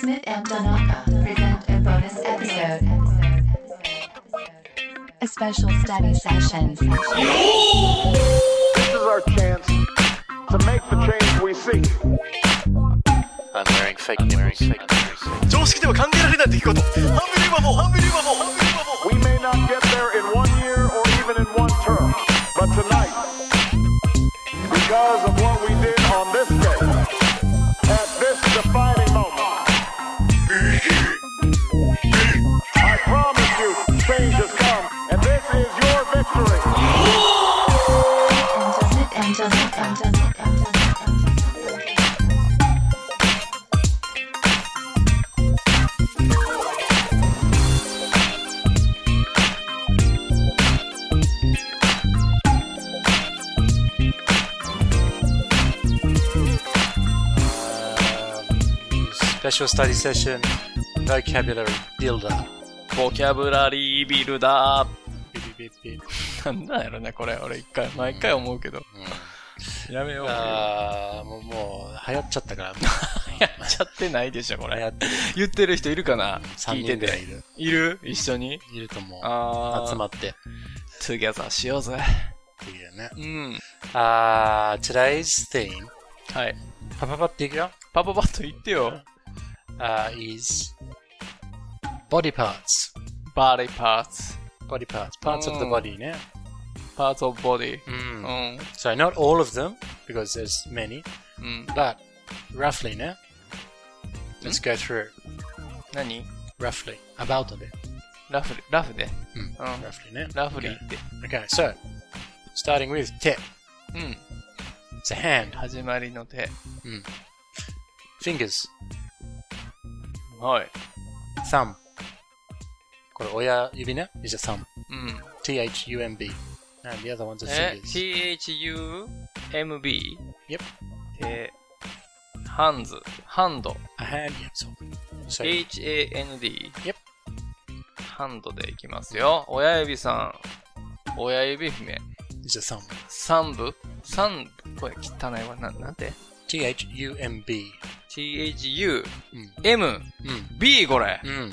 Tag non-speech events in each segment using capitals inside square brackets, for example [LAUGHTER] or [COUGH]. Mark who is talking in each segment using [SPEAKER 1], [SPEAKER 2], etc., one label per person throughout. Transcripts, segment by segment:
[SPEAKER 1] Smith and Donaka present a bonus episode. A special study session.
[SPEAKER 2] This is our chance to make the change we seek.
[SPEAKER 3] I'm wearing fake nipples. I'm
[SPEAKER 4] 常識では考えられない出来事ハンビリーバボーハンビリーバボーハンビリーバボー
[SPEAKER 2] We may not get there in one year or even in one term, but tonight, because of what we did on this day, at this defining moment, I promise you, change has come, and this is your victory.
[SPEAKER 1] Smith and Donaka.
[SPEAKER 5] Special study session vocabulary
[SPEAKER 3] [LAUGHS]
[SPEAKER 5] builder.
[SPEAKER 3] ボキャブラリービルダー。
[SPEAKER 5] ビビビビビなんなんやろね、これ。俺一回、毎回思うけど。やめよう。
[SPEAKER 3] あー、もう、もう、流行っちゃった
[SPEAKER 5] [LAUGHS]
[SPEAKER 3] から、
[SPEAKER 5] やっちゃってないでしょ、こ
[SPEAKER 3] 流
[SPEAKER 5] れ。
[SPEAKER 3] 行ってる。
[SPEAKER 5] 言ってる人いるかな
[SPEAKER 3] 3
[SPEAKER 5] 聞い
[SPEAKER 3] 人
[SPEAKER 5] て
[SPEAKER 3] ぐらい
[SPEAKER 5] て。
[SPEAKER 3] いる。
[SPEAKER 5] いる一緒に
[SPEAKER 3] いると思う。
[SPEAKER 5] あー、
[SPEAKER 3] 集まって。
[SPEAKER 5] トゥギャザーしようぜ。
[SPEAKER 3] っていうね。
[SPEAKER 5] うん。
[SPEAKER 3] あー、today's Uh, theme.
[SPEAKER 5] はい。
[SPEAKER 3] パパパっていくよ。
[SPEAKER 5] パパパッと言ってよ。
[SPEAKER 3] あー、is uh, body parts.
[SPEAKER 5] バディパーツ。
[SPEAKER 3] body parts. parts of the
[SPEAKER 5] Mm.
[SPEAKER 3] body ね。
[SPEAKER 5] パーツオブボディ。
[SPEAKER 3] う。
[SPEAKER 5] うんん。
[SPEAKER 3] So not all of them, because there's many,
[SPEAKER 5] うん。
[SPEAKER 3] but roughly ね。Let's
[SPEAKER 5] Mm.
[SPEAKER 3] go through
[SPEAKER 5] 何
[SPEAKER 3] roughly. about で。
[SPEAKER 5] ラフで、ラフで。
[SPEAKER 3] うん
[SPEAKER 5] うん。
[SPEAKER 3] roughly ね。
[SPEAKER 5] ラフで言って。
[SPEAKER 3] Okay, so starting with tip.
[SPEAKER 5] うん。
[SPEAKER 3] It's a hand.
[SPEAKER 5] 始まりの手。
[SPEAKER 3] Fingers.
[SPEAKER 5] はい。
[SPEAKER 3] Thumb. これ親指ね。is a thumb.
[SPEAKER 5] うん。
[SPEAKER 3] T-H-U-M-B. And the other one's a
[SPEAKER 5] え、
[SPEAKER 3] fingers.
[SPEAKER 5] THUMB?
[SPEAKER 3] Yep.
[SPEAKER 5] で、ハンズ、ハンド、
[SPEAKER 3] A hand. Yeah, so. so
[SPEAKER 5] HAND。
[SPEAKER 3] Yep.
[SPEAKER 5] ハンドでいきますよ。親指さん、親指姫、
[SPEAKER 3] is a thumb.
[SPEAKER 5] 三部、三部、これ汚いわ、ななんて
[SPEAKER 3] T-H-U-M-B.
[SPEAKER 5] ?THU、
[SPEAKER 3] うん。
[SPEAKER 5] M、
[SPEAKER 3] うん。
[SPEAKER 5] B これ、
[SPEAKER 3] うん。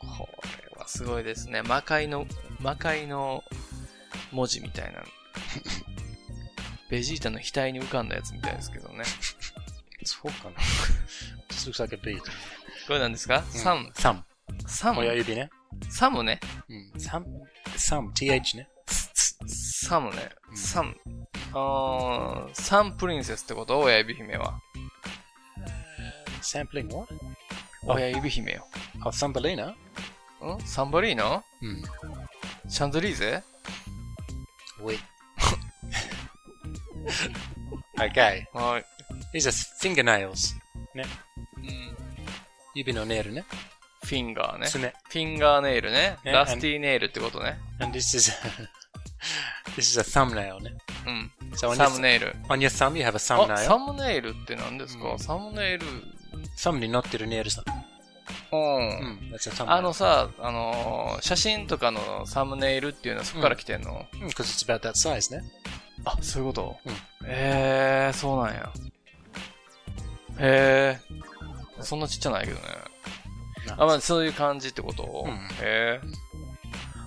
[SPEAKER 5] これはすごいですね。魔界の、魔界の文字みたいな。ベジータの額に浮かんだやつみたいですけどね。
[SPEAKER 3] そう [LAUGHS] かな。This looks like a bead.
[SPEAKER 5] これなんですか、サム、
[SPEAKER 3] Thumb.
[SPEAKER 5] サム
[SPEAKER 3] 親指ね。
[SPEAKER 5] サムね。
[SPEAKER 3] うん。Thumb. Mm, Thumb. T-H ね。
[SPEAKER 5] サムね
[SPEAKER 3] う。ん
[SPEAKER 5] サム。あーサンプリンセスってこと親指姫は。
[SPEAKER 3] Sampling what? あ
[SPEAKER 5] 親指姫よ。
[SPEAKER 3] Oh, Thumbelina? Mm.
[SPEAKER 5] んサンバリーナ
[SPEAKER 3] うん。
[SPEAKER 5] シャンドリーゼ
[SPEAKER 3] Wait. [LAUGHS] okay.
[SPEAKER 5] はい。
[SPEAKER 3] These are fingernails.
[SPEAKER 5] うん
[SPEAKER 3] 指のネイルね。
[SPEAKER 5] フィンガーね。
[SPEAKER 3] 爪。
[SPEAKER 5] フィンガーネイルね。
[SPEAKER 3] ね
[SPEAKER 5] ラスティネイルってことね。
[SPEAKER 3] And this is [LAUGHS] this is a thumbnail ね。
[SPEAKER 5] うん。
[SPEAKER 3] So on
[SPEAKER 5] サム
[SPEAKER 3] your,
[SPEAKER 5] ネイル。
[SPEAKER 3] on your thumb you have a
[SPEAKER 5] あ、
[SPEAKER 3] thumbnail.
[SPEAKER 5] サムネイルって何ですか、
[SPEAKER 3] うん
[SPEAKER 5] サムネイル。
[SPEAKER 3] thumb に乗ってるネイルさ。
[SPEAKER 5] うん。
[SPEAKER 3] うん。That's Hmm, a thumbnail.
[SPEAKER 5] あのさ、あのー写真とかのサムネイルっていうのはそこから来てんの、
[SPEAKER 3] うん、because Hmm, it's about that size ね。
[SPEAKER 5] あ、そういうこと、
[SPEAKER 3] うん
[SPEAKER 5] えー、そうなんや。へえー、そんなちっちゃないけどね。あ、まあ、そういう感じってこと、
[SPEAKER 3] うん
[SPEAKER 5] へえ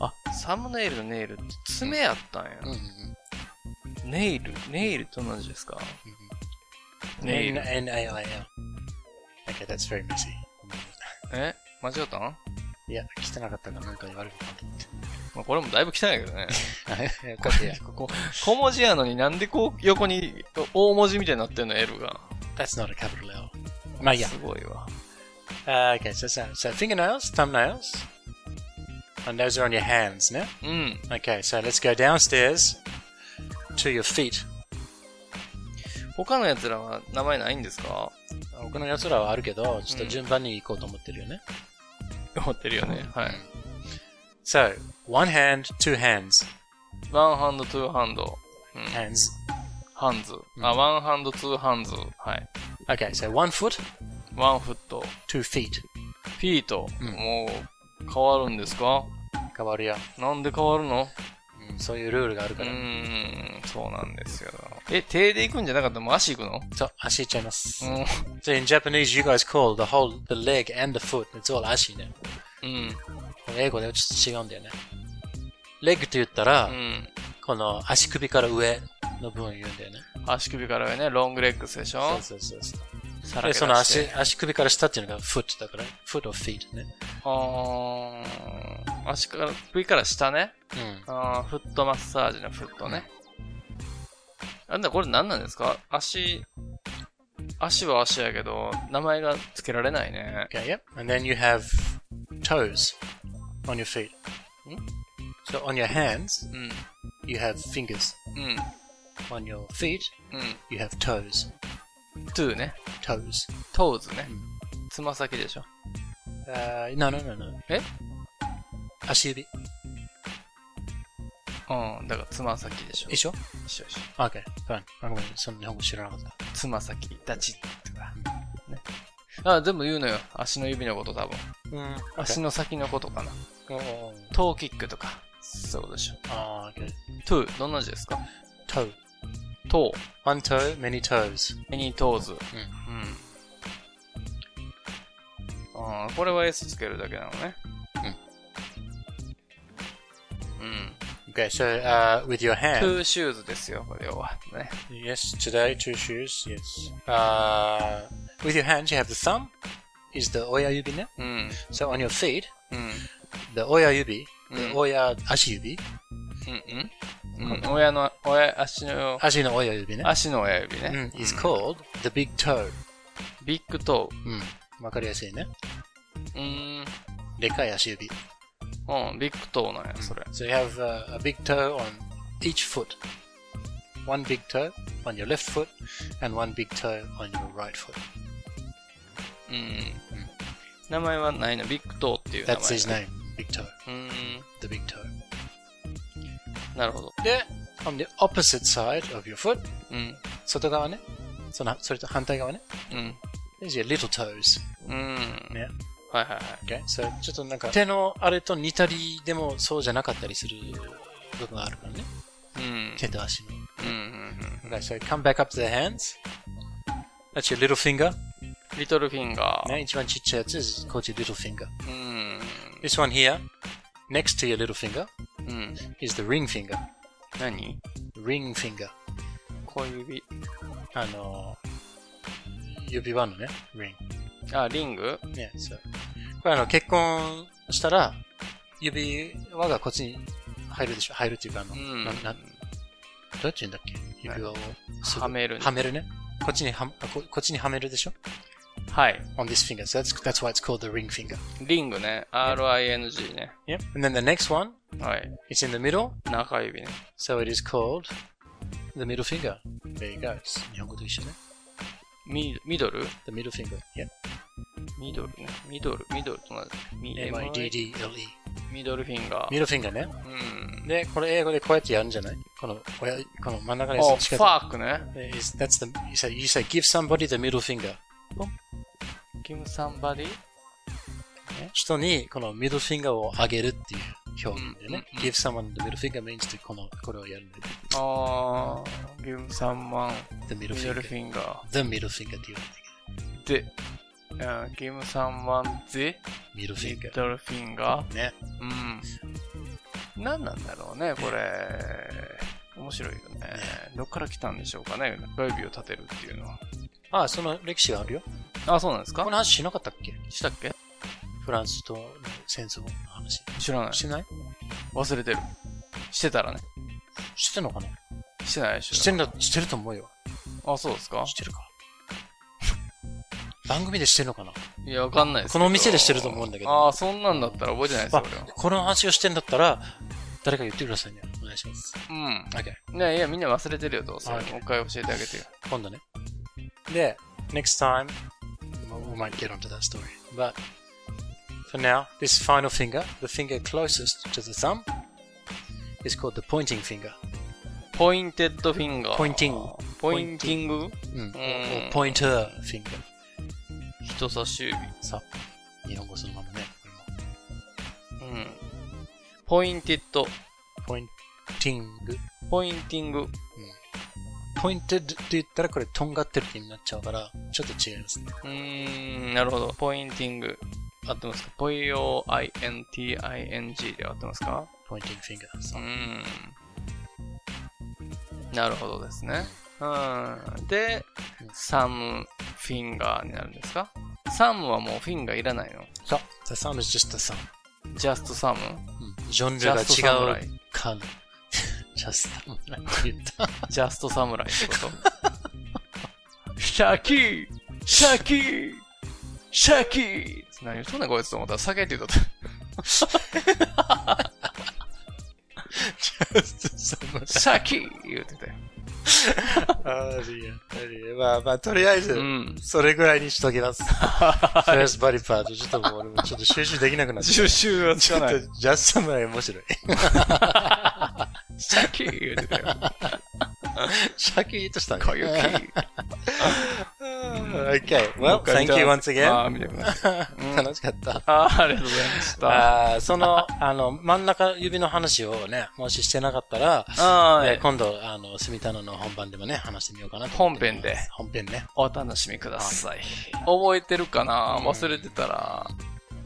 [SPEAKER 5] ー。あ、サムネイルのネイルって爪やったんや。
[SPEAKER 3] うんうん
[SPEAKER 5] ネイル、ネイルと同じですか
[SPEAKER 3] hmm, うん。
[SPEAKER 5] ネイル。
[SPEAKER 3] N-A-I-L. Okay, that's very messy.
[SPEAKER 5] え間違ったん、ま
[SPEAKER 3] いや、汚かったからなんか言わ [LAUGHS] れるかなと思って。
[SPEAKER 5] あ、これもだいぶ汚いけどね。 [LAUGHS]
[SPEAKER 3] よかったよ
[SPEAKER 5] ここ小文字やのになんでこう横に大文字みたいになってんの ?L が。
[SPEAKER 3] That's not a capital L. まあいいや。
[SPEAKER 5] すごいわ。
[SPEAKER 3] Uh, okay, so, so, so fingernails, thumbnails. And those are on your hands, no?
[SPEAKER 5] うん。
[SPEAKER 3] Okay, so let's go downstairs to your feet.
[SPEAKER 5] 他のやつらは名前ないんですか
[SPEAKER 3] 他のやつらはあるけど、ちょっと順番に行こうと思ってるよね。
[SPEAKER 5] 思ってるよね。はい。
[SPEAKER 3] So, one hand, two hands.
[SPEAKER 5] ワンハンド、ツーハンド。うん。
[SPEAKER 3] Hands.
[SPEAKER 5] ハンズ。あ、
[SPEAKER 3] うん
[SPEAKER 5] ワンハンド、ツーハンズ。はい。
[SPEAKER 3] Okay, so one foot,
[SPEAKER 5] ワンフット。
[SPEAKER 3] two feet.
[SPEAKER 5] フィート。
[SPEAKER 3] うん
[SPEAKER 5] もう、変わるんですか
[SPEAKER 3] 変わるよ。
[SPEAKER 5] なんで変わるの
[SPEAKER 3] うんそういうルールがある
[SPEAKER 5] う
[SPEAKER 3] から。
[SPEAKER 5] ーん、そうなんですよ。え、手で行くんじゃなかったもう足行くの
[SPEAKER 3] そう、足いっちゃいます。
[SPEAKER 5] うん。
[SPEAKER 3] So in Japanese, you guys call the whole, the leg and the foot. It's all 足ね。
[SPEAKER 5] うん。
[SPEAKER 3] この英語ではちょっと違うんだよね。leg と言ったら、
[SPEAKER 5] うん。
[SPEAKER 3] この足首から上の部分言うんだよね。
[SPEAKER 5] 足首から上ね、ロングレッグスでしょ
[SPEAKER 3] そうそうそうそう。
[SPEAKER 5] さら
[SPEAKER 3] で、
[SPEAKER 5] け出して
[SPEAKER 3] その足、足首から下っていうのが foot だから、foot or feet ね。
[SPEAKER 5] あー足から、首から下ね。
[SPEAKER 3] うん。
[SPEAKER 5] あーフットマッサージのフットね。あんだ、これ何なんですか足、足は足やけど、名前が付けられないね。
[SPEAKER 3] Okay, yep. And then you have toes on your feet. Hmm? So on your hands,
[SPEAKER 5] うん。
[SPEAKER 3] you have fingers.
[SPEAKER 5] うん。
[SPEAKER 3] On your feet,
[SPEAKER 5] う
[SPEAKER 3] you have toes.
[SPEAKER 5] ん。トゥーね。
[SPEAKER 3] Toes.
[SPEAKER 5] トーズね
[SPEAKER 3] う。
[SPEAKER 5] つま先でしょ。
[SPEAKER 3] Uh, no, no, no, no.
[SPEAKER 5] え
[SPEAKER 3] Ashibi.
[SPEAKER 5] うん。だからつま先でしょ。
[SPEAKER 3] Isho?
[SPEAKER 5] 一緒一緒
[SPEAKER 3] Okay, fine. I'm going to some
[SPEAKER 5] つま先、ダチッとか。ね。あ、全部言うのよ。足の指のこと多分。足の先のことかな。トーキックとか。そうでしょ。
[SPEAKER 3] Oh, okay.
[SPEAKER 5] トゥー、どんな字ですか
[SPEAKER 3] Toe.
[SPEAKER 5] ト
[SPEAKER 3] One toe, many toes.
[SPEAKER 5] ー、メニトーズ。うん。ああ、これは S つけるだけなのね。うん。
[SPEAKER 3] Okay, so uh, with your
[SPEAKER 5] ト
[SPEAKER 3] hand.
[SPEAKER 5] ゥーシューズですよ、これは。ね。
[SPEAKER 3] Yes, today two shoes. Yes. Uh, with your hands, you have the thumb. Is the oya yubi ne?
[SPEAKER 5] うん。
[SPEAKER 3] So on your feet,
[SPEAKER 5] うん。
[SPEAKER 3] the oya yubi, the
[SPEAKER 5] Mm.
[SPEAKER 3] oya ashi yubi,
[SPEAKER 5] うん。うん。親の、親、足の、
[SPEAKER 3] ashi no oya yubi ne,
[SPEAKER 5] 足の親指ね。
[SPEAKER 3] mm, is called the big toe.
[SPEAKER 5] ビッグト
[SPEAKER 3] Mm. わかりやすいね。
[SPEAKER 5] ー。うん。
[SPEAKER 3] でかい足指。
[SPEAKER 5] うん、ビッグトーなんや、それ。
[SPEAKER 3] So you have uh, a big toe on each foot. One big toe on your left foot and one big toe on your right foot.
[SPEAKER 5] うん。名前はないの、ビッグトーっていう名前。
[SPEAKER 3] That's his name, big toe,
[SPEAKER 5] うん。
[SPEAKER 3] the big toe.
[SPEAKER 5] なるほど。
[SPEAKER 3] で、on the opposite side of your foot,
[SPEAKER 5] うん。
[SPEAKER 3] 外側ね。その、それと反対側ね。
[SPEAKER 5] うん。
[SPEAKER 3] There's your little toes.
[SPEAKER 5] うん。
[SPEAKER 3] ね。
[SPEAKER 5] はいはいはい。
[SPEAKER 3] Okay? So, ちょっとなんか、手のあれと似たりでもそうじゃなかったりする部分があるからね。
[SPEAKER 5] うん。
[SPEAKER 3] 手と足の。
[SPEAKER 5] うんうん。
[SPEAKER 3] Okay, so come back up to the hands. That's your little finger.
[SPEAKER 5] リトルフィンガー。
[SPEAKER 3] ね、一番ちっちゃいやつ is called your little finger.
[SPEAKER 5] うん。
[SPEAKER 3] This one here, next to your little finger,
[SPEAKER 5] うん。
[SPEAKER 3] is the ring finger.
[SPEAKER 5] 何
[SPEAKER 3] Ring finger.
[SPEAKER 5] 小指。
[SPEAKER 3] あのー、指輪のね、ring.
[SPEAKER 5] あ、リング
[SPEAKER 3] ね、そう。これあの、結婚したら、指輪がこっちに入るでしょ入るっていうか、あの、
[SPEAKER 5] うん
[SPEAKER 3] な。などうやって言うんだっけ指輪をすぐ
[SPEAKER 5] はめるね
[SPEAKER 3] はめるね。こっちには、あここっちにはめるでしょ
[SPEAKER 5] はい。
[SPEAKER 3] ?on this finger. So that's, that's why it's called the ring finger.
[SPEAKER 5] リングね。RING ね。
[SPEAKER 3] Yep. And then the next one,
[SPEAKER 5] はい。
[SPEAKER 3] it's in the middle,
[SPEAKER 5] 中指ね。
[SPEAKER 3] so it is called the middle finger. There you go. It's 日本語と一緒ね。
[SPEAKER 5] ミミドル
[SPEAKER 3] the middle finger. Yep.
[SPEAKER 5] ミドルね。ミドル、ミドルと同じ。ミ
[SPEAKER 3] M-I-D-D-L-E.
[SPEAKER 5] ミドルフィンガー。
[SPEAKER 3] middle finger ね。
[SPEAKER 5] うん。
[SPEAKER 3] で、これ英語でこうやってやるんじゃないこの、親この真ん中の
[SPEAKER 5] お、
[SPEAKER 3] や
[SPEAKER 5] フ
[SPEAKER 3] つ近く
[SPEAKER 5] ァークね。
[SPEAKER 3] Is that's the you say you say give somebody the middle finger.
[SPEAKER 5] Give somebody
[SPEAKER 3] 人にこの middle finger をあげるっていう表現でね。
[SPEAKER 5] うんうん
[SPEAKER 3] give someone the middle finger means ってこのこれをやるんだよね。
[SPEAKER 5] あー、give someone
[SPEAKER 3] the middle
[SPEAKER 5] middle
[SPEAKER 3] finger。
[SPEAKER 5] finger
[SPEAKER 3] the middle finger っていう
[SPEAKER 5] the、uh, give someone the
[SPEAKER 3] middle finger。
[SPEAKER 5] middle finger
[SPEAKER 3] ね。
[SPEAKER 5] うん。何なんだろうね、これ。面白いよね。どっから来たんでしょうかね、中指を立てるっていうのは。
[SPEAKER 3] ああ、その歴史があるよ。
[SPEAKER 5] あ、そうなんです
[SPEAKER 3] こ
[SPEAKER 5] か
[SPEAKER 3] の話しなかったっけ
[SPEAKER 5] したっけ
[SPEAKER 3] フランスとの戦争の話。
[SPEAKER 5] 知らない。
[SPEAKER 3] してない
[SPEAKER 5] 忘れてる。してたらね。
[SPEAKER 3] してんのかな
[SPEAKER 5] してないで
[SPEAKER 3] し
[SPEAKER 5] してょ。
[SPEAKER 3] んだ、してると思うよ。
[SPEAKER 5] あ、そうですか
[SPEAKER 3] してるか。番組でしてるのかない
[SPEAKER 5] や、わかんないですけど
[SPEAKER 3] この店でしてると思うんだけど
[SPEAKER 5] あー、そんなんだったら覚えてないです
[SPEAKER 3] あ
[SPEAKER 5] よ、俺は。、
[SPEAKER 3] この話をしてんだったら、誰か言ってくださいね。お願いします。
[SPEAKER 5] うん。
[SPEAKER 3] Okay.
[SPEAKER 5] いやいや、みんな忘れてるよ、どうせ。もう
[SPEAKER 3] はい
[SPEAKER 5] 一回教えてあげてよ。
[SPEAKER 3] 今度ね。で、next time, we might get onto that story. But for now, this final finger, the finger closest to the thumb, is called the pointing finger.
[SPEAKER 5] ポインテッドフィンガー。
[SPEAKER 3] Pointing
[SPEAKER 5] ポインティング
[SPEAKER 3] うん。
[SPEAKER 5] ん
[SPEAKER 3] Hmm. or pointer finger.
[SPEAKER 5] 人差し指。
[SPEAKER 3] さあ、日本語そのままね。
[SPEAKER 5] うん。ポインテッド。
[SPEAKER 3] ポインティング。
[SPEAKER 5] ポインティング。
[SPEAKER 3] ポインテッドって言ったらこれとんがってるって意味になっちゃうから、ちょっと違いますね。
[SPEAKER 5] うーん、なるほど。ポインティング。合ってますか ?p-o-i-n-t-i-n-g で合ってますか
[SPEAKER 3] ポインティングフィンガー。
[SPEAKER 5] う
[SPEAKER 3] そ
[SPEAKER 5] ー。
[SPEAKER 3] うん
[SPEAKER 5] なるほどですね。うん。で、サムフィンガーになるんですかサムはもうフィンガーいらないの
[SPEAKER 3] そう。The thumb is just the thumb. Hmm.
[SPEAKER 5] ジャストサム
[SPEAKER 3] ジャンル
[SPEAKER 5] ジャ
[SPEAKER 3] が
[SPEAKER 5] ストサムラ
[SPEAKER 3] [LAUGHS] 違
[SPEAKER 5] イ
[SPEAKER 3] う。かな。ジャストなんて言った。
[SPEAKER 5] ジャストサムライってこと。シャキーシャキーシャキー何言うとんねんこいつと思ったら酒って言うとった。
[SPEAKER 3] ジャストサムライ。
[SPEAKER 5] シャキー言うてたよ。
[SPEAKER 3] [LAUGHS] ありがとう。まあまあ、とりあえず、
[SPEAKER 5] うん。
[SPEAKER 3] それぐらいにしとき
[SPEAKER 5] [LAUGHS]
[SPEAKER 3] ます。フェースバリパート、ちょっともう俺もちょっと集中できなくなっちゃ
[SPEAKER 5] 収
[SPEAKER 3] う。
[SPEAKER 5] 集はつ
[SPEAKER 3] ち
[SPEAKER 5] か
[SPEAKER 3] ょっ
[SPEAKER 5] な
[SPEAKER 3] と
[SPEAKER 5] [LAUGHS] い。、
[SPEAKER 3] ジャストサムライ面白い。
[SPEAKER 5] シャキー言うてたよ。
[SPEAKER 3] シャキーとしたね。
[SPEAKER 5] 小雪。
[SPEAKER 3] [LAUGHS] Okay, well,
[SPEAKER 5] もう一回
[SPEAKER 3] thank you once [LAUGHS] again.
[SPEAKER 5] ああ、見てください。うん
[SPEAKER 3] 楽しかった。
[SPEAKER 5] ああ、ありがとうございました。
[SPEAKER 3] あーその、あの、真ん中指の話をね、もししてなかったら、
[SPEAKER 5] あ
[SPEAKER 3] えー
[SPEAKER 5] ー
[SPEAKER 3] 今度、あの、住田のの本番でもね、話してみようかなと思
[SPEAKER 5] 本
[SPEAKER 3] って
[SPEAKER 5] 編で
[SPEAKER 3] ます。本編ね。
[SPEAKER 5] お楽しみください。覚えてるかな忘れてたら、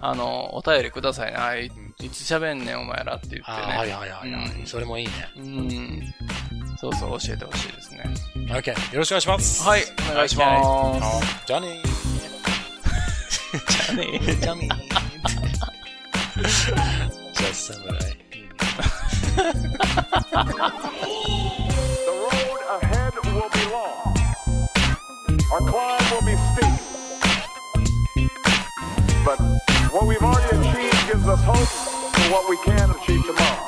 [SPEAKER 5] あの、お便りくださいね。あいいつ喋んねん、お前らって言ってね。
[SPEAKER 3] あーはいはいはいはい、
[SPEAKER 5] うん
[SPEAKER 3] それもいいね。
[SPEAKER 5] うん。そうそう、教えてほしいですね。
[SPEAKER 3] OK、よろしくお願いします。
[SPEAKER 5] はい、お願いしま
[SPEAKER 3] はい。じゃあね
[SPEAKER 5] す。ね
[SPEAKER 3] ー。じゃあ
[SPEAKER 5] [LAUGHS]
[SPEAKER 3] ねー。じゃあ、侍。
[SPEAKER 2] The road ahead will be long. Our climb will be steep. But what we've already achieved gives us hope for what we can achieve tomorrow.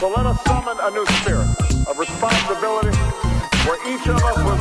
[SPEAKER 2] So let us summon a new spirit of responsibility where each of us will